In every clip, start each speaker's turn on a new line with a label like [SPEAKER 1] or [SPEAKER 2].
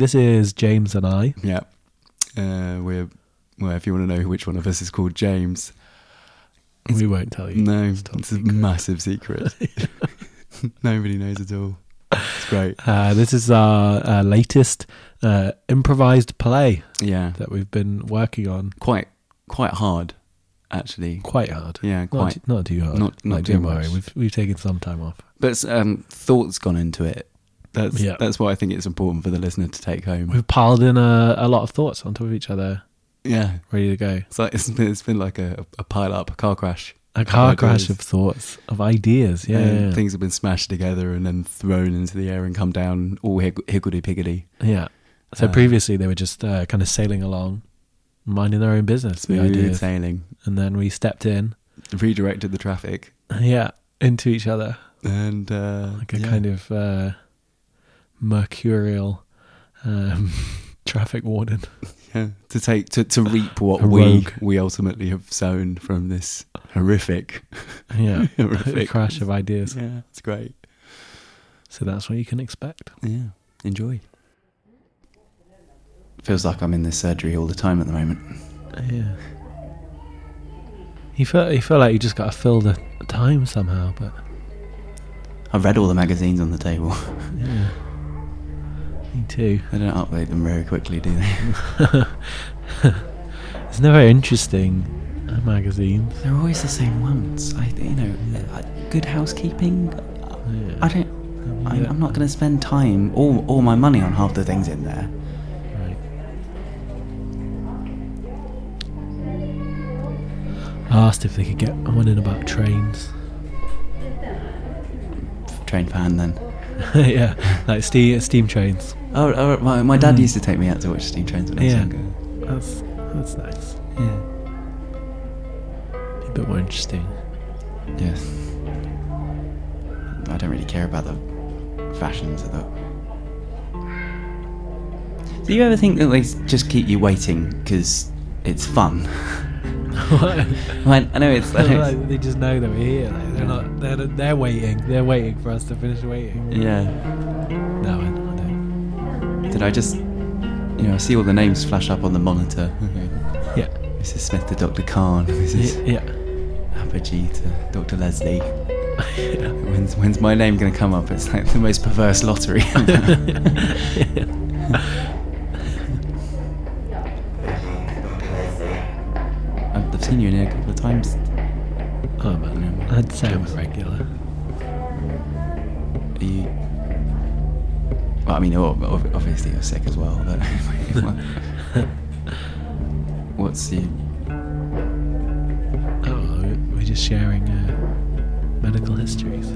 [SPEAKER 1] This is James and I.
[SPEAKER 2] Yeah. Uh, we're, well, if you want to know which one of us is called James,
[SPEAKER 1] we won't tell you.
[SPEAKER 2] no,
[SPEAKER 1] top
[SPEAKER 2] it's a massive secret. Nobody knows at all. It's great.
[SPEAKER 1] Uh, this is our, uh latest uh, improvised play
[SPEAKER 2] Yeah.
[SPEAKER 1] that we've been working on
[SPEAKER 2] Quite, quite hard, actually.
[SPEAKER 1] quite hard.
[SPEAKER 2] Yeah,
[SPEAKER 1] Not,
[SPEAKER 2] quite.
[SPEAKER 1] t- not too hard.
[SPEAKER 2] Not- not
[SPEAKER 1] Like,
[SPEAKER 2] too
[SPEAKER 1] don't worry.
[SPEAKER 2] much.
[SPEAKER 1] We've we've taken some time off.
[SPEAKER 2] But um, thought's gone into it. That's
[SPEAKER 1] Yeah.
[SPEAKER 2] that's why I think it's important for the listener to take home.
[SPEAKER 1] We've piled in a, a lot of thoughts on top of each other,
[SPEAKER 2] Yeah,
[SPEAKER 1] ready to go.
[SPEAKER 2] it's like it's been, it's been like a, a pile up, a car crash.
[SPEAKER 1] A car
[SPEAKER 2] ideas.
[SPEAKER 1] crash of thoughts, of ideas. Yeah,
[SPEAKER 2] And
[SPEAKER 1] yeah.
[SPEAKER 2] things have been smashed together and then thrown into the air and come down all hig- higgledy piggledy.
[SPEAKER 1] Yeah. So
[SPEAKER 2] Uh,
[SPEAKER 1] previously they were just uh, kind of sailing along, minding their own business. The
[SPEAKER 2] Smooth
[SPEAKER 1] ideas,
[SPEAKER 2] sailing,
[SPEAKER 1] and then we stepped in.
[SPEAKER 2] redirected the traffic,
[SPEAKER 1] Yeah, into each other
[SPEAKER 2] and uh,
[SPEAKER 1] like a kind of uh, mercurial um, traffic warden.
[SPEAKER 2] yeah, to take to, to reap what
[SPEAKER 1] A
[SPEAKER 2] we
[SPEAKER 1] rogue.
[SPEAKER 2] we ultimately have sown from this horrific
[SPEAKER 1] Yeah,
[SPEAKER 2] horrific
[SPEAKER 1] crash of ideas.
[SPEAKER 2] Yeah, it's great.
[SPEAKER 1] So that's what you can expect.
[SPEAKER 2] Yeah, enjoy. Feels like I'm in this surgery all the time at the moment.
[SPEAKER 1] Yeah. You feel you feel like you just got to fill the time somehow, but
[SPEAKER 2] I've read all the magazines on the table.
[SPEAKER 1] yeah. Me too.
[SPEAKER 2] They don't upload them very quickly, do they?
[SPEAKER 1] It's never interesting uh, magazines.
[SPEAKER 2] They're always the same ones. I, you know, uh, good housekeeping.
[SPEAKER 1] Yeah.
[SPEAKER 2] I don't. I,
[SPEAKER 1] Yeah.
[SPEAKER 2] I'm not going to spend time or all my money on half the things in there.
[SPEAKER 1] Right. Asked if they could get one in about trains.
[SPEAKER 2] Train fan then.
[SPEAKER 1] yeah, like steam steam trains.
[SPEAKER 2] Oh, oh my, my dad used to take me out to watch steam trains when I was
[SPEAKER 1] Hmm. Yeah.
[SPEAKER 2] younger.
[SPEAKER 1] That's that's nice.
[SPEAKER 2] Yeah.
[SPEAKER 1] A bit more interesting.
[SPEAKER 2] Yeah. I don't really care about the fashions of the. Do you ever think that they s- just keep you waiting because it's fun? I, I know it's. I know it's-
[SPEAKER 1] Like, they just know that we're here. Like, they're not. They're they're waiting. They're waiting for us to finish waiting.
[SPEAKER 2] yeah.
[SPEAKER 1] No, I, I don't.
[SPEAKER 2] Did I just. You know, I see all the names flash up on the monitor. you know,
[SPEAKER 1] Yeah,
[SPEAKER 2] Mrs. Smith to Dr. Khan, Mrs.
[SPEAKER 1] yeah,
[SPEAKER 2] Apogee to Dr. Leslie. When's, when's my name going to come up? It's like the most perverse lottery. I've, I've seen you in here a couple of times.
[SPEAKER 1] Oh man, I'd say I'm a regular.
[SPEAKER 2] Are you? Well, I mean, ob- ob- obviously you're sick as well. But what's your?
[SPEAKER 1] Oh, we're just sharing uh, medical histories.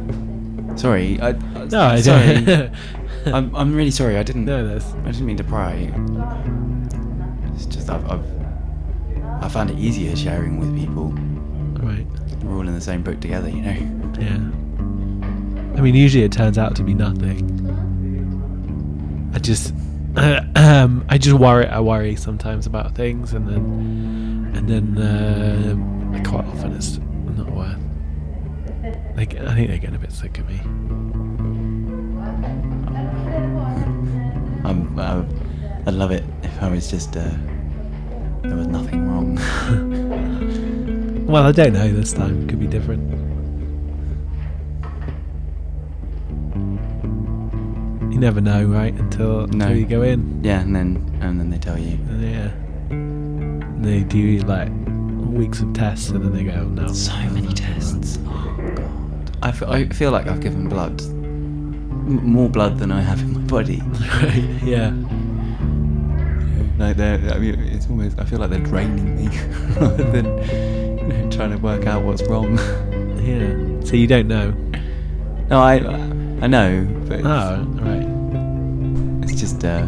[SPEAKER 2] Sorry, I.
[SPEAKER 1] No, I
[SPEAKER 2] sorry.
[SPEAKER 1] don't.
[SPEAKER 2] I'm, I'm really sorry. I didn't.
[SPEAKER 1] no, that's
[SPEAKER 2] I didn't mean to pry. It's just I've, I've I found it easier sharing with people.
[SPEAKER 1] right.
[SPEAKER 2] We're all in the same boat together, you know.
[SPEAKER 1] Yeah. I mean, usually it turns out to be nothing. I just, um, I just worry. I worry sometimes about things, and then, and then uh, quite often it's not worth. Like I think they're getting a bit sick of me.
[SPEAKER 2] I'm, I, I'd love it if I was just uh, there was nothing wrong.
[SPEAKER 1] Well, I don't know. This time could be different. You never know, right? Until,
[SPEAKER 2] No.
[SPEAKER 1] until you go in.
[SPEAKER 2] yeah, and then and then they tell you
[SPEAKER 1] Yeah. They do like weeks of tests and then they go, "Oh, no.
[SPEAKER 2] so many tests. Oh god, I, f- I feel like I've given blood, M- more blood than I have in my body.
[SPEAKER 1] yeah.
[SPEAKER 2] Like they're, I mean, it's almost. I feel like they're draining me rather than you know, trying to work out what's wrong.
[SPEAKER 1] Yeah. So you don't know.
[SPEAKER 2] No, I, I know, but it's,
[SPEAKER 1] Oh, right.
[SPEAKER 2] it's just uh,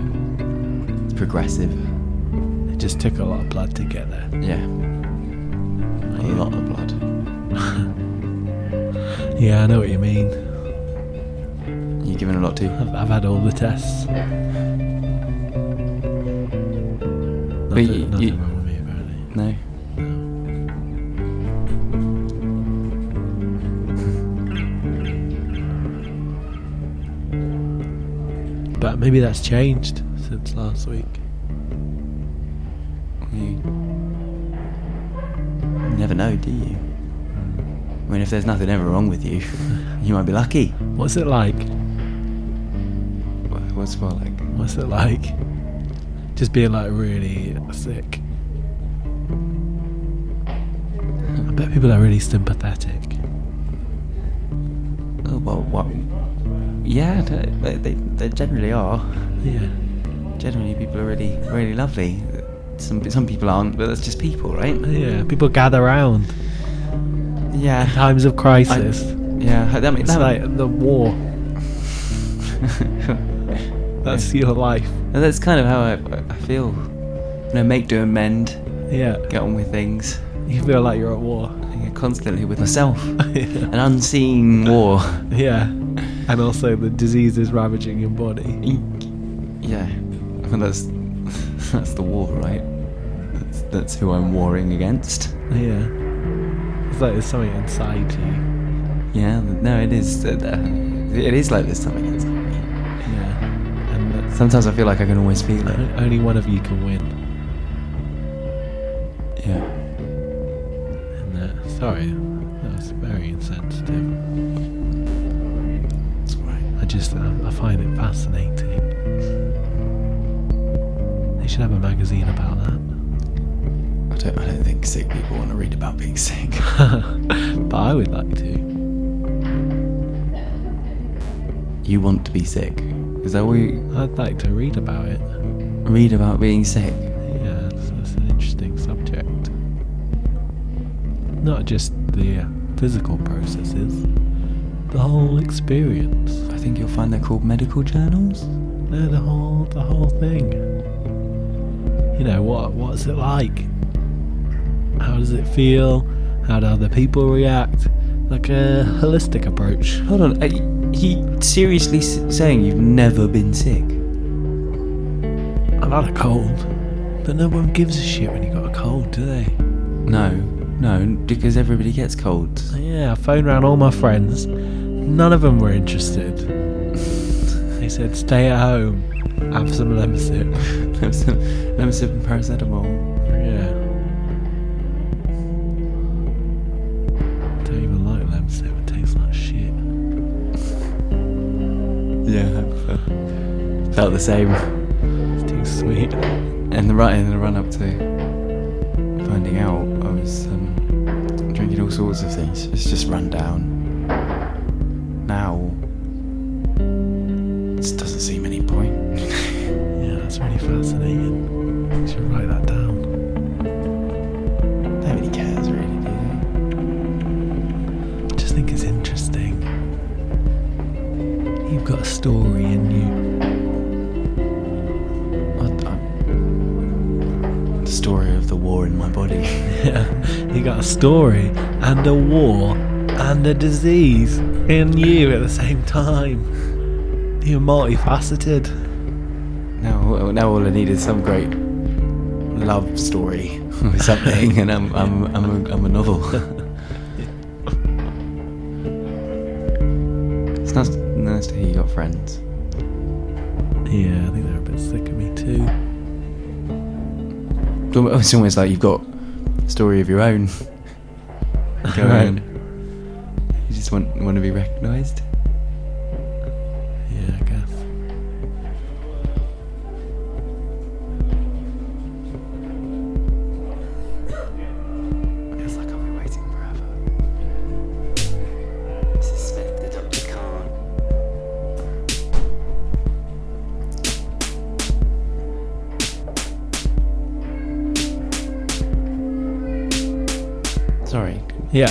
[SPEAKER 2] it's progressive.
[SPEAKER 1] It just took a lot of blood to get there.
[SPEAKER 2] Yeah, a lot of blood.
[SPEAKER 1] Yeah, I know what you mean.
[SPEAKER 2] You're giving a lot too.
[SPEAKER 1] I've, I've had all the tests.
[SPEAKER 2] But
[SPEAKER 1] Nothing,
[SPEAKER 2] you-
[SPEAKER 1] nothing
[SPEAKER 2] you-
[SPEAKER 1] wrong with me, apparently.
[SPEAKER 2] No.
[SPEAKER 1] But maybe that's changed since much last week.
[SPEAKER 2] You never know, do you? I mean, if there's nothing ever wrong with you, you might be lucky.
[SPEAKER 1] What's it like?
[SPEAKER 2] Wha- What's what like?
[SPEAKER 1] What's it like? Just being like really sick. I bet people are really sympathetic.
[SPEAKER 2] Oh, well, what? Yeah, d- they, they, they generally are.
[SPEAKER 1] Yeah.
[SPEAKER 2] Generally, people are really, really lovely. Some some people aren't, but that's just people, right?
[SPEAKER 1] Yeah. People gather round
[SPEAKER 2] Yeah.
[SPEAKER 1] in times of crisis.
[SPEAKER 2] yeah. That, ma-
[SPEAKER 1] it's
[SPEAKER 2] that,
[SPEAKER 1] like the war. That's your life.
[SPEAKER 2] And that's kind of how I, I feel. You know, make do and mend,
[SPEAKER 1] Yeah.
[SPEAKER 2] get on with things.
[SPEAKER 1] You feel like you're at war.
[SPEAKER 2] I'm constantly with myself.
[SPEAKER 1] Yeah.
[SPEAKER 2] An unseen war.
[SPEAKER 1] Yeah. And also the disease is ravaging your body.
[SPEAKER 2] Yeah. I mean, that's, that's the war, right? That's, that's who I'm warring against.
[SPEAKER 1] Yeah. It's like there's something inside you.
[SPEAKER 2] Yeah, no, it is. uh, uh, It is like this something inside me.
[SPEAKER 1] Yeah. And that's
[SPEAKER 2] Sometimes I feel like I can always feel
[SPEAKER 1] o-
[SPEAKER 2] it.
[SPEAKER 1] only one of you can win.
[SPEAKER 2] Yeah.
[SPEAKER 1] And uh, sorry, that was very insensitive.
[SPEAKER 2] It's alright.
[SPEAKER 1] I just um, I find it fascinating. They should have a magazine about that.
[SPEAKER 2] I don't, I don't think sick people want to read about being sick.
[SPEAKER 1] but I would like to.
[SPEAKER 2] you want to be sick. Is that what you
[SPEAKER 1] I'd like to read about it.
[SPEAKER 2] read about being sick?
[SPEAKER 1] Yeah, it's, it's an interesting subject. Not just the uh, physical processes, the whole experience.
[SPEAKER 2] I think you'll find they're called medical journals.
[SPEAKER 1] No, the whole the whole thing. You know what what's it like? How does it feel? How do other people react? Like a holistic approach.
[SPEAKER 2] Hold on, are y- he seriously s- saying you've never been sick?
[SPEAKER 1] I've had a cold, but no one gives a shit when you got a cold, do they?
[SPEAKER 2] No, no, because everybody gets colds.
[SPEAKER 1] Yeah, I phoned round all my friends. None of them were interested. They said, stay at home, have some Lemsip.
[SPEAKER 2] Let me sip, let me sip paracetamol.
[SPEAKER 1] Yeah. Don't even like Lemsip, it tastes like shit.
[SPEAKER 2] Yeah, I've, uh, felt the same.
[SPEAKER 1] It's too sweet.
[SPEAKER 2] And the run in the run up to finding out, I was um, drinking all sorts of things. It's just run down. Now, this doesn't seem any point.
[SPEAKER 1] Yeah, that's really fascinating. You should write that down.
[SPEAKER 2] Nobody cares really, do they?
[SPEAKER 1] Just think it's interesting. You've got a story in you.
[SPEAKER 2] What the? The story of the war in my body.
[SPEAKER 1] Yeah, you got a story and a war and a disease in you at the same time. You're multifaceted.
[SPEAKER 2] now, now all I need is some great love story or something, and I'm I'm I'm a, I'm a novel. it's nice, nice to hear you got friends.
[SPEAKER 1] Yeah, I think they're a bit sick of me too.
[SPEAKER 2] It's almost like you've got a story of your own. Go on. You just want want to be recognised.
[SPEAKER 1] Yeah, I guess.
[SPEAKER 2] It's like I've been waiting forever.
[SPEAKER 3] Suspect the doctor can't.
[SPEAKER 2] Sorry.
[SPEAKER 1] Yeah.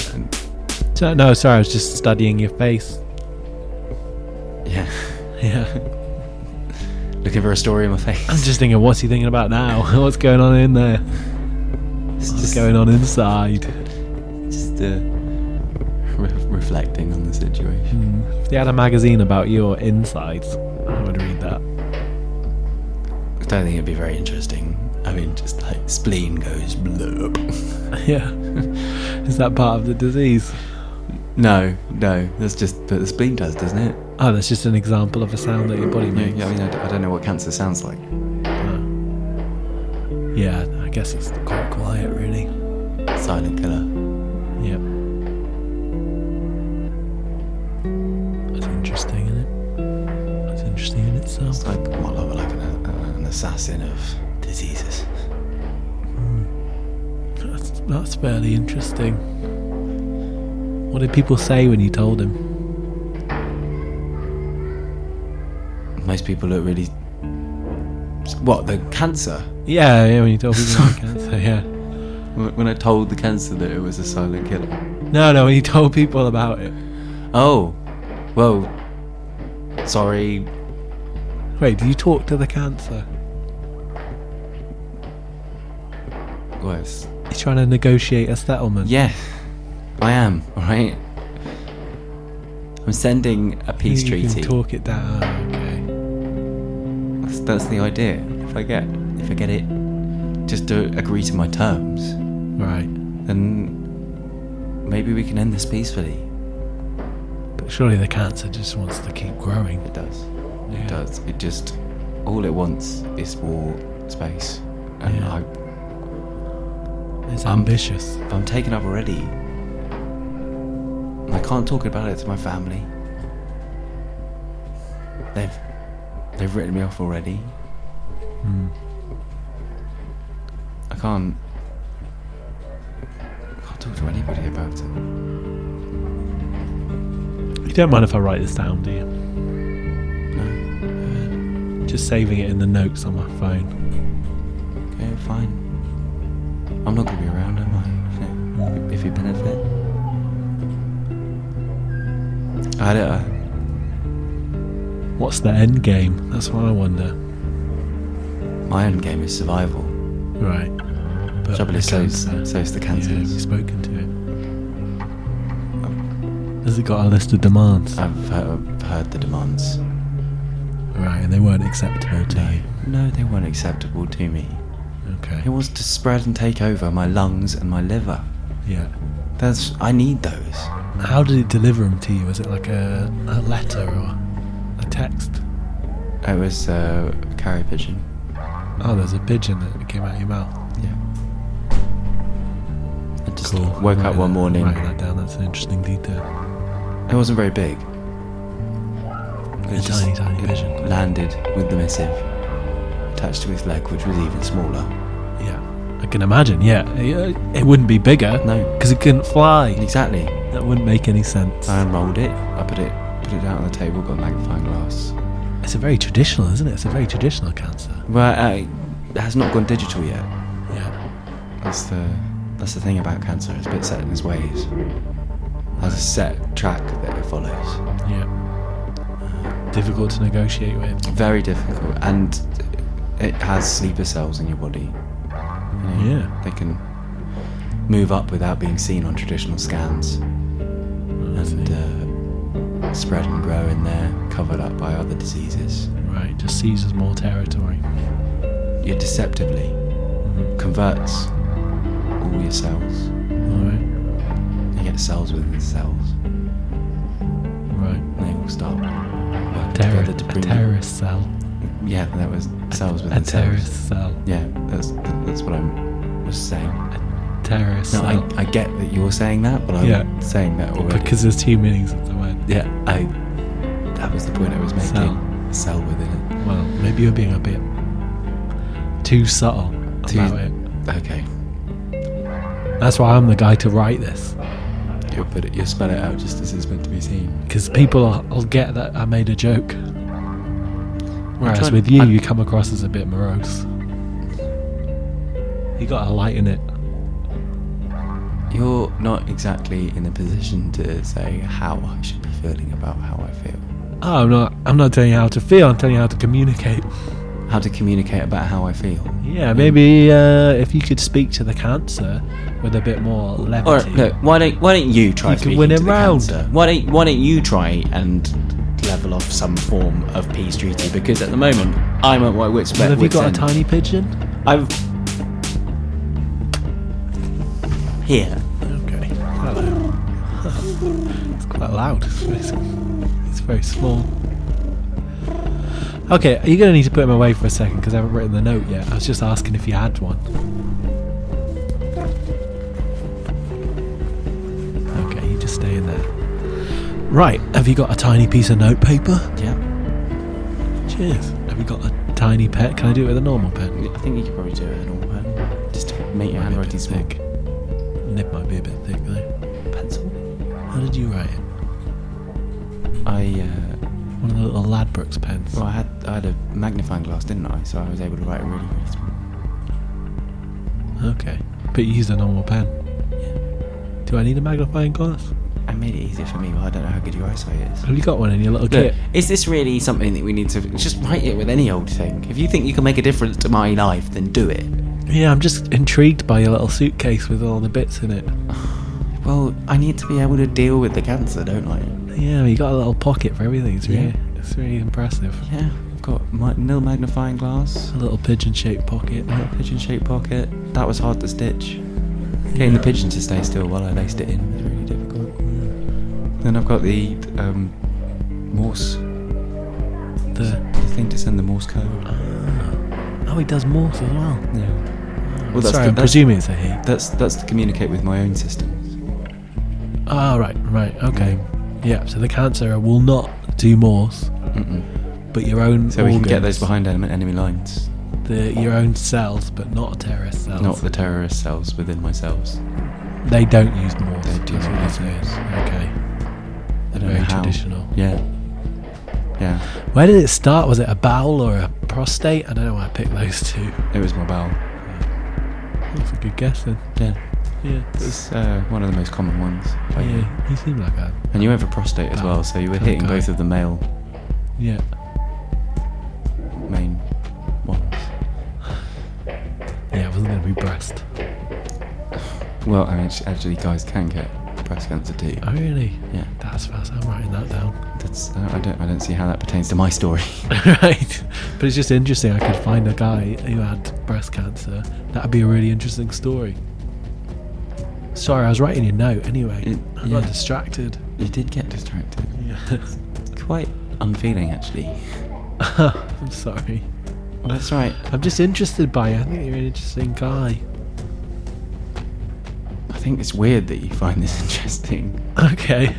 [SPEAKER 1] So, no, sorry, I was just studying your face.
[SPEAKER 2] Yeah.
[SPEAKER 1] Yeah.
[SPEAKER 2] Looking for a story in my face.
[SPEAKER 1] I'm just thinking, what's he thinking about now? What's going on in there?
[SPEAKER 2] It's
[SPEAKER 1] What's
[SPEAKER 2] just-
[SPEAKER 1] going on inside?
[SPEAKER 2] Just uh, re- reflecting on the situation.
[SPEAKER 1] Mm. If they had a magazine about your insides, I would read that.
[SPEAKER 2] I don't think it'd be very interesting. I mean, just like spleen goes blurb.
[SPEAKER 1] Yeah. Is that part of the disease?
[SPEAKER 2] No, no, that's just but the spleen does, doesn't it?
[SPEAKER 1] Oh, that's just an example of a sound that your body
[SPEAKER 2] Yeah,
[SPEAKER 1] makes.
[SPEAKER 2] yeah, I mean, I, d- I don't know what cancer sounds like.
[SPEAKER 1] Yeah, I guess it's quite quiet, really.
[SPEAKER 2] Silent killer.
[SPEAKER 1] Yeah. That's interesting, isn't it? That's interesting in itself.
[SPEAKER 2] It's like my lover, like an, uh, an assassin of diseases.
[SPEAKER 1] That's, that's fairly interesting. What did people say when you told him?
[SPEAKER 2] Most people look really. What the cancer?
[SPEAKER 1] Yeah, yeah, when you told people about cancer, yeah.
[SPEAKER 2] When when I told the cancer that it was a silent killer.
[SPEAKER 1] No, no, when you told people about it.
[SPEAKER 2] Oh, well, sorry.
[SPEAKER 1] Wait, did you talk to the cancer?
[SPEAKER 2] Was
[SPEAKER 1] You're trying to negotiate a settlement.
[SPEAKER 2] yeah, I am. All right, I'm sending a peace
[SPEAKER 1] you
[SPEAKER 2] treaty.
[SPEAKER 1] can talk it down. Oh, Okay.
[SPEAKER 2] That's, that's the idea. If I get, if I get it, just to agree to my terms,
[SPEAKER 1] Right.
[SPEAKER 2] then maybe we can end this peacefully.
[SPEAKER 1] But surely the cancer just wants to keep growing.
[SPEAKER 2] It does.
[SPEAKER 1] Yeah.
[SPEAKER 2] It does. It just all it wants is more space, and
[SPEAKER 1] Yeah.
[SPEAKER 2] I,
[SPEAKER 1] It's
[SPEAKER 2] Um,
[SPEAKER 1] ambitious.
[SPEAKER 2] if I'm taken up already, and I can't talk about it to my family. They've they've written me off already.
[SPEAKER 1] Mm.
[SPEAKER 2] I can't. I can't talk to anybody about it.
[SPEAKER 1] You don't mind if I write this down, do you?
[SPEAKER 2] No.
[SPEAKER 1] Just saving it in the notes on my phone.
[SPEAKER 2] Okay, fine. I'm not gonna be around, am
[SPEAKER 1] Hmm.
[SPEAKER 2] I? If you benefit. I had a,
[SPEAKER 1] What's the end game? That's what I wonder.
[SPEAKER 2] my own game is survival.
[SPEAKER 1] Right. But
[SPEAKER 2] Trouble
[SPEAKER 1] the
[SPEAKER 2] is, so is,
[SPEAKER 1] cancer-
[SPEAKER 2] so is the
[SPEAKER 1] Yeah,
[SPEAKER 2] cancer.
[SPEAKER 1] have you spoken to it?
[SPEAKER 2] Oh.
[SPEAKER 1] Has it got a list of demands?
[SPEAKER 2] I've heard, heard the demands.
[SPEAKER 1] right, and they weren't acceptable to you.
[SPEAKER 2] No, they weren't acceptable to me.
[SPEAKER 1] Okay.
[SPEAKER 2] He wants to spread and take over my lungs and my liver.
[SPEAKER 1] Yeah.
[SPEAKER 2] That's I need those.
[SPEAKER 1] How did it deliver them to you? Was it like a, a letter or a text?
[SPEAKER 2] It was uh, a carrier pigeon.
[SPEAKER 1] Oh, there's a pigeon that came out of your mouth.
[SPEAKER 2] Yeah. I just
[SPEAKER 1] Cool. uh,
[SPEAKER 2] woke
[SPEAKER 1] Write
[SPEAKER 2] up one
[SPEAKER 1] that-
[SPEAKER 2] morning.
[SPEAKER 1] Write that down. That's an interesting detail.
[SPEAKER 2] It wasn't very big.
[SPEAKER 1] A tiny, tiny
[SPEAKER 2] it
[SPEAKER 1] pigeon.
[SPEAKER 2] landed with the missive attached to its leg, which was even smaller.
[SPEAKER 1] Yeah. I can imagine. Yeah. It, it wouldn't be bigger.
[SPEAKER 2] No.
[SPEAKER 1] Because it couldn't fly.
[SPEAKER 2] Exactly.
[SPEAKER 1] That wouldn't make any sense.
[SPEAKER 2] I unrolled it. I put it put it down on the table. Got a magnifying glass.
[SPEAKER 1] it's a very traditional, isn't it? It's a very traditional cancer.
[SPEAKER 2] Well, uh, it has not gone digital yet.
[SPEAKER 1] Yeah.
[SPEAKER 2] That's the that's the thing about cancer. It's a bit set in its ways. It has a set track that it follows.
[SPEAKER 1] Yeah. Uh, Difficult to negotiate with.
[SPEAKER 2] Very difficult, and it has sleeper cells in your body. You know,
[SPEAKER 1] Yeah.
[SPEAKER 2] they can move up without being seen on traditional scans, and uh, spread and grow in there, covered up by other diseases.
[SPEAKER 1] Right, just seizes more territory.
[SPEAKER 2] It deceptively Mm-hmm. converts all your cells.
[SPEAKER 1] Alright,
[SPEAKER 2] You get cells within cells,
[SPEAKER 1] right.
[SPEAKER 2] and they all start working
[SPEAKER 1] Terror,
[SPEAKER 2] together to
[SPEAKER 1] a
[SPEAKER 2] bring.
[SPEAKER 1] terrorist cell.
[SPEAKER 2] Yeah, that was cells
[SPEAKER 1] A
[SPEAKER 2] within cells.
[SPEAKER 1] terrorist cell.
[SPEAKER 2] Yeah, that's that's what I was saying.
[SPEAKER 1] Terrorist
[SPEAKER 2] No,
[SPEAKER 1] cell.
[SPEAKER 2] I, I get that you're saying that, but I'm
[SPEAKER 1] Yeah.
[SPEAKER 2] saying that already.
[SPEAKER 1] because there's two meanings of the word.
[SPEAKER 2] yeah, I that was the point I was making.
[SPEAKER 1] Cell.
[SPEAKER 2] Cell within
[SPEAKER 1] Well, maybe you're being a bit too subtle
[SPEAKER 2] it. Two-
[SPEAKER 1] about it.
[SPEAKER 2] okay,
[SPEAKER 1] That's why I'm the guy to write this.
[SPEAKER 2] you'll put it, you'll spell it out just as it's meant to be seen.
[SPEAKER 1] Because people will- will get that I made a joke. Whereas
[SPEAKER 2] trying-
[SPEAKER 1] with you,
[SPEAKER 2] I'm-
[SPEAKER 1] you come across as a bit morose. You gotta lighten it.
[SPEAKER 2] You're not exactly in a position to say how I should be feeling about how I feel,
[SPEAKER 1] Oh, I'm not. I'm not telling you how to feel. I'm telling you how to communicate.
[SPEAKER 2] how to communicate about how I feel.
[SPEAKER 1] Yeah, maybe uh, if you could speak to the cancer with a bit more levity.
[SPEAKER 2] All right, look, why don't why don't you try
[SPEAKER 1] You can
[SPEAKER 2] speaking
[SPEAKER 1] win
[SPEAKER 2] to
[SPEAKER 1] him
[SPEAKER 2] the
[SPEAKER 1] round.
[SPEAKER 2] cancer? Why don't why don't you try and level off some form of peace treaty? Because at the moment I'm at my wits'
[SPEAKER 1] Well, have you
[SPEAKER 2] wits'
[SPEAKER 1] got a
[SPEAKER 2] end.
[SPEAKER 1] tiny pigeon?
[SPEAKER 2] I've here.
[SPEAKER 1] Okay. Hello. it's quite loud. It's very, s- it's very small. Okay, you're going to need to put him away for a second because I haven't written the note yet. I was just asking if you had one. Okay, you just stay in there. Right, have you got a tiny piece of notepaper?
[SPEAKER 2] Yeah.
[SPEAKER 1] Cheers. Have you got a tiny pet? Can I do it with a normal pen?
[SPEAKER 2] I think you could probably do it in all pen. Just to make your handwriting small.
[SPEAKER 1] thick. Nib might be a bit thick though.
[SPEAKER 2] Pencil?
[SPEAKER 1] How did you write it?
[SPEAKER 2] I, uh,
[SPEAKER 1] One of the little Ladbrokes pens.
[SPEAKER 2] well, I had, I had a magnifying glass, didn't I? So I was able to write really, really small.
[SPEAKER 1] Okay, but you used a normal pen. Do I need a magnifying glass?
[SPEAKER 2] I made it easier for me, but I don't know how good your eyesight is.
[SPEAKER 1] Have you got one in your little
[SPEAKER 2] Look,
[SPEAKER 1] kit?
[SPEAKER 2] is this really something that we need to just write it with any old thing? If you think you can make a difference to my life, then do it.
[SPEAKER 1] Yeah, I'm just intrigued by your little suitcase with all the bits in it.
[SPEAKER 2] Well, I need to be able to deal with the cancer, don't I?
[SPEAKER 1] Yeah, you got a little pocket for everything. It's really,
[SPEAKER 2] Yeah.
[SPEAKER 1] it's really impressive.
[SPEAKER 2] Yeah, I've got my nil magnifying glass,
[SPEAKER 1] A little pigeon-shaped pocket.
[SPEAKER 2] a pigeon-shaped pocket. That was hard to stitch. Getting the pigeon to stay still while I laced it in was really difficult. Then I've got the um, Morse,
[SPEAKER 1] The
[SPEAKER 2] the thing to send the Morse code.
[SPEAKER 1] oh, he does Morse as well.
[SPEAKER 2] Yeah. Well, that's
[SPEAKER 1] Sorry,
[SPEAKER 2] the,
[SPEAKER 1] I'm
[SPEAKER 2] that's,
[SPEAKER 1] presuming it's a he.
[SPEAKER 2] that's that's to communicate with my own systems.
[SPEAKER 1] Ah, right, right, okay.
[SPEAKER 2] Mm.
[SPEAKER 1] Yeah, so the cancer will not do Morse,
[SPEAKER 2] Mm-mm.
[SPEAKER 1] but your own
[SPEAKER 2] So we can get those
[SPEAKER 1] organs,
[SPEAKER 2] behind enemy, enemy lines,
[SPEAKER 1] the, your own cells, but not terrorist cells.
[SPEAKER 2] not the terrorist cells within myself.
[SPEAKER 1] They don't use Morse.
[SPEAKER 2] They do
[SPEAKER 1] that's what
[SPEAKER 2] not
[SPEAKER 1] it
[SPEAKER 2] use
[SPEAKER 1] is. Okay.
[SPEAKER 2] I don't
[SPEAKER 1] Very
[SPEAKER 2] know how.
[SPEAKER 1] traditional.
[SPEAKER 2] Yeah. Yeah.
[SPEAKER 1] Where did it start? Was it a bowel or a prostate? I don't know why I picked those two.
[SPEAKER 2] It was my bowel.
[SPEAKER 1] That's a good guess then.
[SPEAKER 2] Yeah.
[SPEAKER 1] Yeah.
[SPEAKER 2] It's uh, one of the most common ones. Like,
[SPEAKER 1] Yeah, you seem like a.
[SPEAKER 2] And you have a prostate as well, so you were
[SPEAKER 1] Kind of
[SPEAKER 2] hitting
[SPEAKER 1] guy.
[SPEAKER 2] both of the male
[SPEAKER 1] Yeah.
[SPEAKER 2] main ones.
[SPEAKER 1] Yeah, I wasn't going to be breast.
[SPEAKER 2] Well, I mean, actu- actually, guys can get breast cancer too.
[SPEAKER 1] Oh, really?
[SPEAKER 2] Yeah.
[SPEAKER 1] That's fast. I'm writing that down.
[SPEAKER 2] That's uh, I don't I don't see how that pertains to my story.
[SPEAKER 1] right. But it's just interesting. I could find a guy who had breast cancer. That'd be a really interesting story. Sorry, I was writing your note anyway.
[SPEAKER 2] It-
[SPEAKER 1] I
[SPEAKER 2] yeah.
[SPEAKER 1] got distracted.
[SPEAKER 2] you did get distracted.
[SPEAKER 1] Yeah.
[SPEAKER 2] Quite unfeeling, actually.
[SPEAKER 1] I'm sorry.
[SPEAKER 2] Well, that's right.
[SPEAKER 1] I'm just interested by you. I think you're an interesting guy.
[SPEAKER 2] I think it's weird that you find this interesting.
[SPEAKER 1] Okay.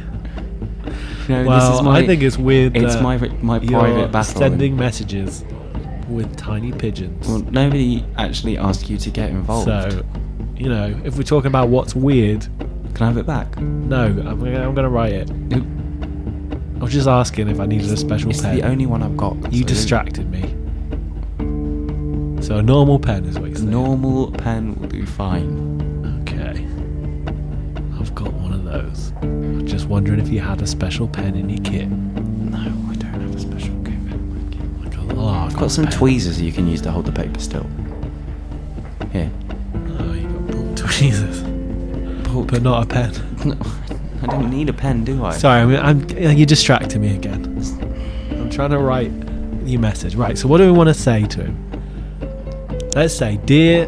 [SPEAKER 2] You know,
[SPEAKER 1] well,
[SPEAKER 2] this is my,
[SPEAKER 1] I think it's weird.
[SPEAKER 2] It's
[SPEAKER 1] that
[SPEAKER 2] my my
[SPEAKER 1] you're
[SPEAKER 2] private battle.
[SPEAKER 1] Sending messages with tiny pigeons.
[SPEAKER 2] well, nobody actually asked you to get involved.
[SPEAKER 1] so, you know, if we're talking about what's weird,
[SPEAKER 2] Can I have it back?
[SPEAKER 1] no, I'm gonna, I'm gonna write it. I was just asking if I needed a special
[SPEAKER 2] It's
[SPEAKER 1] pen.
[SPEAKER 2] the only one I've got.
[SPEAKER 1] you
[SPEAKER 2] so-
[SPEAKER 1] distracted me. So a normal pen is what you said.
[SPEAKER 2] Normal pen will do fine.
[SPEAKER 1] Okay. I've got one of those. I'm just wondering if you had a special pen in your kit.
[SPEAKER 2] No, I don't have a special pen.
[SPEAKER 1] Like oh, a large
[SPEAKER 2] I've got some
[SPEAKER 1] pen.
[SPEAKER 2] tweezers you can use to hold the paper still. Here.
[SPEAKER 1] Oh, you got pulled tweezers. But not a pen.
[SPEAKER 2] No, I don't need a pen, do I?
[SPEAKER 1] Sorry, I'm, I'm, uh, you're distracting me again. I'm trying to write your message. Right, so what do we want to say to him? Let's say, dear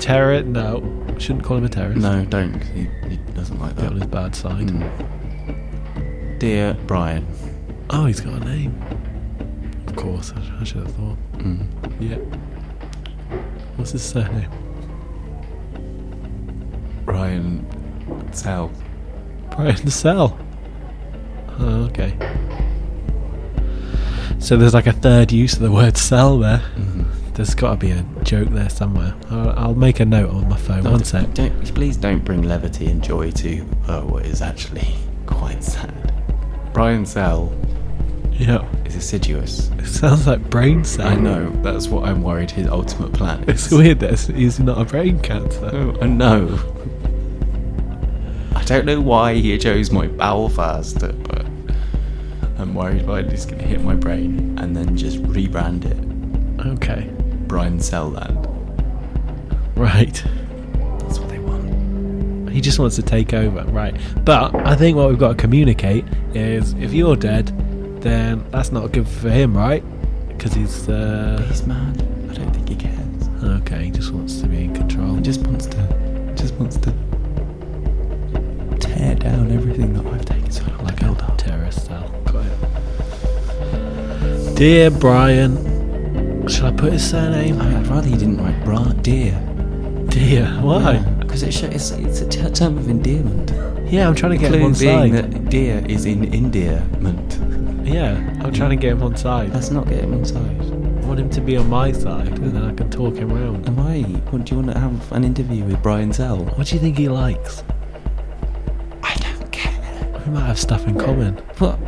[SPEAKER 1] terror. No, shouldn't call him a terrorist.
[SPEAKER 2] No, don't. 'cause He, he doesn't like
[SPEAKER 1] Get on his
[SPEAKER 2] that.
[SPEAKER 1] bad side.
[SPEAKER 2] Mm. Dear Brian.
[SPEAKER 1] Oh, he's got a name. Of course, I, sh- I should have thought.
[SPEAKER 2] Mm.
[SPEAKER 1] Yeah. What's his surname?
[SPEAKER 2] Brian Sal.
[SPEAKER 1] Brian Cell. Oh, okay. So there's like a third use of the word cell there.
[SPEAKER 2] Mm-hmm.
[SPEAKER 1] There's got to be a joke there somewhere. I'll, I'll make a note on my phone. One sec.
[SPEAKER 2] Don't, please don't bring levity and joy to uh, what is actually quite sad. Brian Sal
[SPEAKER 1] Yeah.
[SPEAKER 2] is assiduous.
[SPEAKER 1] It sounds like brain cell.
[SPEAKER 2] I know, that's what I'm worried his ultimate plan is.
[SPEAKER 1] It's weird that it's- he's not a brain cancer.
[SPEAKER 2] Oh, I know. I don't know why he chose my bowel faster, but I'm worried by it's going to hit my brain and then just rebrand it.
[SPEAKER 1] Okay.
[SPEAKER 2] Brian Selland.
[SPEAKER 1] Right.
[SPEAKER 2] That's what they want.
[SPEAKER 1] He just wants to take over. Right. But I think what we've got to communicate is if you're dead, then that's not good for him, right? Because he's. Uh,
[SPEAKER 2] He's mad. I don't think he cares.
[SPEAKER 1] Okay, he just wants to be in control.
[SPEAKER 2] He just wants to, just wants to tear oh, down everything that I've taken so long to
[SPEAKER 1] like a
[SPEAKER 2] build up.
[SPEAKER 1] terrorist cell. Got it. Dear Brian, shall I put his surname?
[SPEAKER 2] I mean, I'd rather you didn't write bra dear.
[SPEAKER 1] Dear, why?
[SPEAKER 2] Because it sho it's, it's a t- term of endearment.
[SPEAKER 1] Yeah, I'm trying to get him on
[SPEAKER 2] Clue being
[SPEAKER 1] side.
[SPEAKER 2] that dear is in endearment.
[SPEAKER 1] Yeah, I'm trying to get him on side.
[SPEAKER 2] Let's not get him on side.
[SPEAKER 1] I want him to be on my side, and then I can talk him round.
[SPEAKER 2] Am I? What, do you want to have an interview with Brian Zell?
[SPEAKER 1] What do you think he likes?
[SPEAKER 2] I don't care.
[SPEAKER 1] We might have stuff in common.
[SPEAKER 2] What?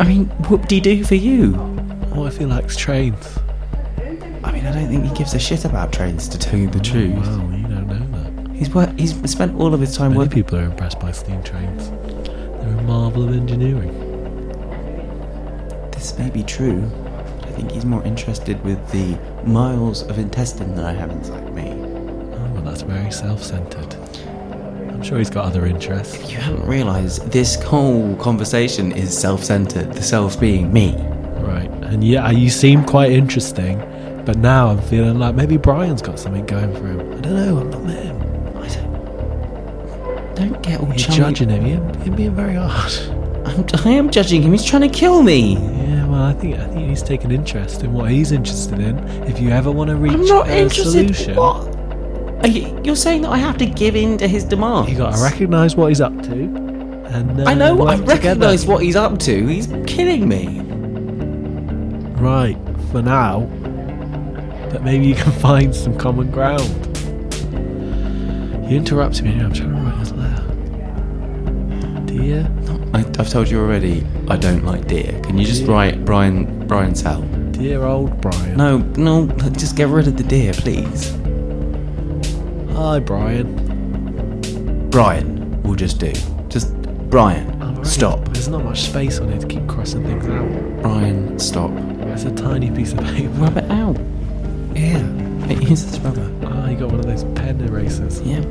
[SPEAKER 2] I mean, whoop de doo for you.
[SPEAKER 1] What if he likes trains?
[SPEAKER 2] I mean, I don't think he gives a shit about trains, to tell you the truth.
[SPEAKER 1] Wow, you don't know that.
[SPEAKER 2] He's wor- he's spent all of his time
[SPEAKER 1] Many
[SPEAKER 2] working.
[SPEAKER 1] people are impressed by steam trains. They're a marvel of engineering.
[SPEAKER 2] This may be true, but I think he's more interested with the miles of intestine that I have inside me.
[SPEAKER 1] Oh, well, that's very self-centered. I'm sure he's got other interests.
[SPEAKER 2] You haven't realised this whole conversation is self-centered. The self being me.
[SPEAKER 1] Right, and yeah, you seem quite interesting, but now I'm feeling like maybe Brian's got something going for him. I don't know, I'm not met him.
[SPEAKER 2] I don't. Don't get all
[SPEAKER 1] You're
[SPEAKER 2] chummy.
[SPEAKER 1] judging him, you're, you're being very hard.
[SPEAKER 2] I'm, I am judging him. He's trying to kill me.
[SPEAKER 1] Yeah, well, I think I think you need to take an interest in what he's interested in if you ever want to reach
[SPEAKER 2] I'm not
[SPEAKER 1] a
[SPEAKER 2] interested.
[SPEAKER 1] solution.
[SPEAKER 2] What? Are you, you're saying that I have to give in to his demands?
[SPEAKER 1] You got to recognise what he's up to, and uh,
[SPEAKER 2] I know. I
[SPEAKER 1] work together.
[SPEAKER 2] recognise what he's up to. He's killing me.
[SPEAKER 1] Right, for now. But maybe you can find some common ground. You interrupted me, I'm trying to write his letter. Dear,
[SPEAKER 2] I, I've told you already. I don't like deer. Can you just write Brian Brian Sal?
[SPEAKER 1] dear old Brian.
[SPEAKER 2] No, no. Just get rid of the deer, please.
[SPEAKER 1] Hi, Brian.
[SPEAKER 2] Brian will just do. Just Brian.
[SPEAKER 1] I've already-
[SPEAKER 2] Stop.
[SPEAKER 1] There's not much space on here to keep crossing things out.
[SPEAKER 2] Brian, stop.
[SPEAKER 1] It's a tiny piece of paper.
[SPEAKER 2] Rub it out.
[SPEAKER 1] Yeah.
[SPEAKER 2] Hey, Here's this rubber.
[SPEAKER 1] Ah, you got one of those pen erasers.
[SPEAKER 2] Yeah.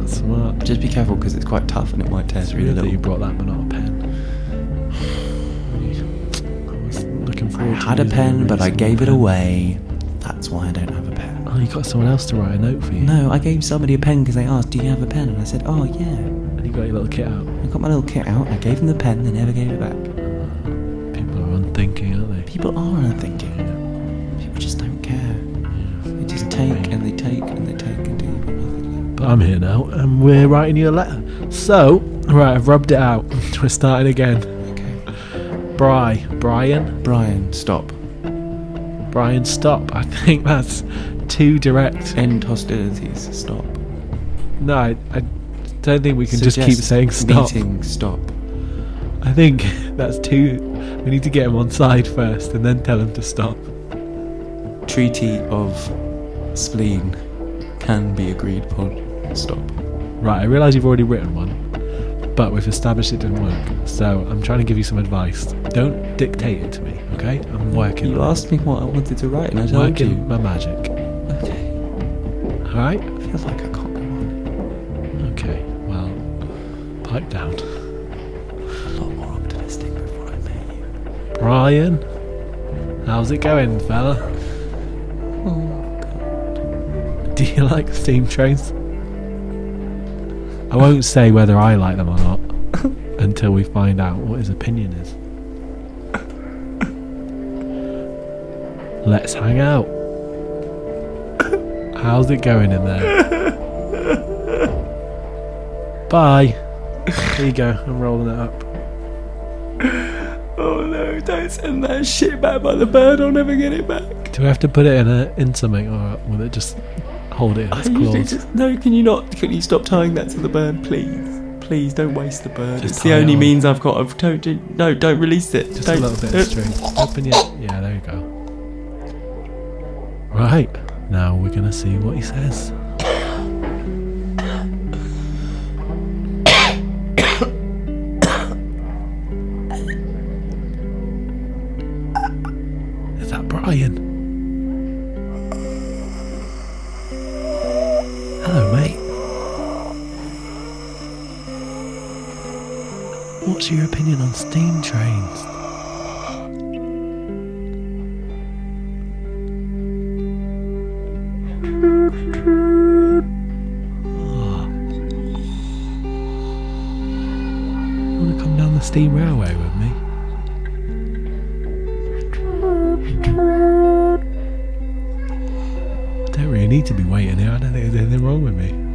[SPEAKER 1] That's smart.
[SPEAKER 2] Just be careful because it's quite tough and it might tear
[SPEAKER 1] It's
[SPEAKER 2] through the
[SPEAKER 1] really that you
[SPEAKER 2] little.
[SPEAKER 1] brought that, but not a pen. I was looking
[SPEAKER 2] I
[SPEAKER 1] forward to
[SPEAKER 2] had a
[SPEAKER 1] using
[SPEAKER 2] pen, but I
[SPEAKER 1] erasing
[SPEAKER 2] gave it
[SPEAKER 1] pen.
[SPEAKER 2] away. That's why I don't have a pen.
[SPEAKER 1] Oh, you got someone else to write a note for you.
[SPEAKER 2] No, I gave somebody a pen because they asked, "Do you have a pen?" And I said, "Oh yeah."
[SPEAKER 1] And you got your little kit out.
[SPEAKER 2] I got my little kit out. I gave them the pen. They never gave it back.
[SPEAKER 1] People are unthinking, aren't they?
[SPEAKER 2] People are unthinking. People just don't care. They just take and they take and they take until you've got nothing
[SPEAKER 1] But I'm here now, and we're writing you a letter. So, right, I've rubbed it out. we're starting again.
[SPEAKER 2] left. Okay.
[SPEAKER 1] Bri, Brian,
[SPEAKER 2] Brian, stop.
[SPEAKER 1] Brian, stop. I think that's too direct.
[SPEAKER 2] End hostilities. Stop.
[SPEAKER 1] No, I, I don't think we can just keep
[SPEAKER 2] Suggest
[SPEAKER 1] saying stop.
[SPEAKER 2] Meeting. Stop.
[SPEAKER 1] I think that's too. We need to get him on side first, and then tell him to stop.
[SPEAKER 2] Treaty of Spleen can be agreed upon. Stop.
[SPEAKER 1] Right, I realise you've already written one, but we've established it didn't work. So I'm trying to give you some advice. Don't dictate it to me, okay? I'm working.
[SPEAKER 2] You
[SPEAKER 1] on it.
[SPEAKER 2] asked me what I wanted to write, and I told
[SPEAKER 1] working
[SPEAKER 2] you.
[SPEAKER 1] my magic.
[SPEAKER 2] Okay.
[SPEAKER 1] All right.
[SPEAKER 2] I feel like I can't go on.
[SPEAKER 1] Okay. Well, pipe down,
[SPEAKER 2] A lot more optimistic before I met you.
[SPEAKER 1] Brian. How's it going, fella?
[SPEAKER 2] Oh,
[SPEAKER 1] Do you like steam trains? I won't say whether I like them or not until we find out what his opinion is. Let's hang out. How's it going in there? Bye. There you go. I'm rolling it up.
[SPEAKER 2] oh no! Don't send that shit back by the bird. I'll never get it back.
[SPEAKER 1] Do we have to put it in a in something, or will it just hold it in
[SPEAKER 2] I
[SPEAKER 1] its
[SPEAKER 2] usually
[SPEAKER 1] claws?
[SPEAKER 2] just no. Can you not? Can you stop tying that to the bird, please? Please don't waste the bird.
[SPEAKER 1] Just
[SPEAKER 2] it's the
[SPEAKER 1] tie it
[SPEAKER 2] only
[SPEAKER 1] on.
[SPEAKER 2] means I've got. Of, don't do, no. Don't release it.
[SPEAKER 1] Just
[SPEAKER 2] don't,
[SPEAKER 1] a little bit
[SPEAKER 2] don't-
[SPEAKER 1] of string. Open your yeah. There you go. Right now we're gonna see what he says. Is that Brian? Hello, mate. What's your opinion on steam trains? Want to come down the steam railway with me? don't really need to be waiting here. I don't think there's anything wrong with me.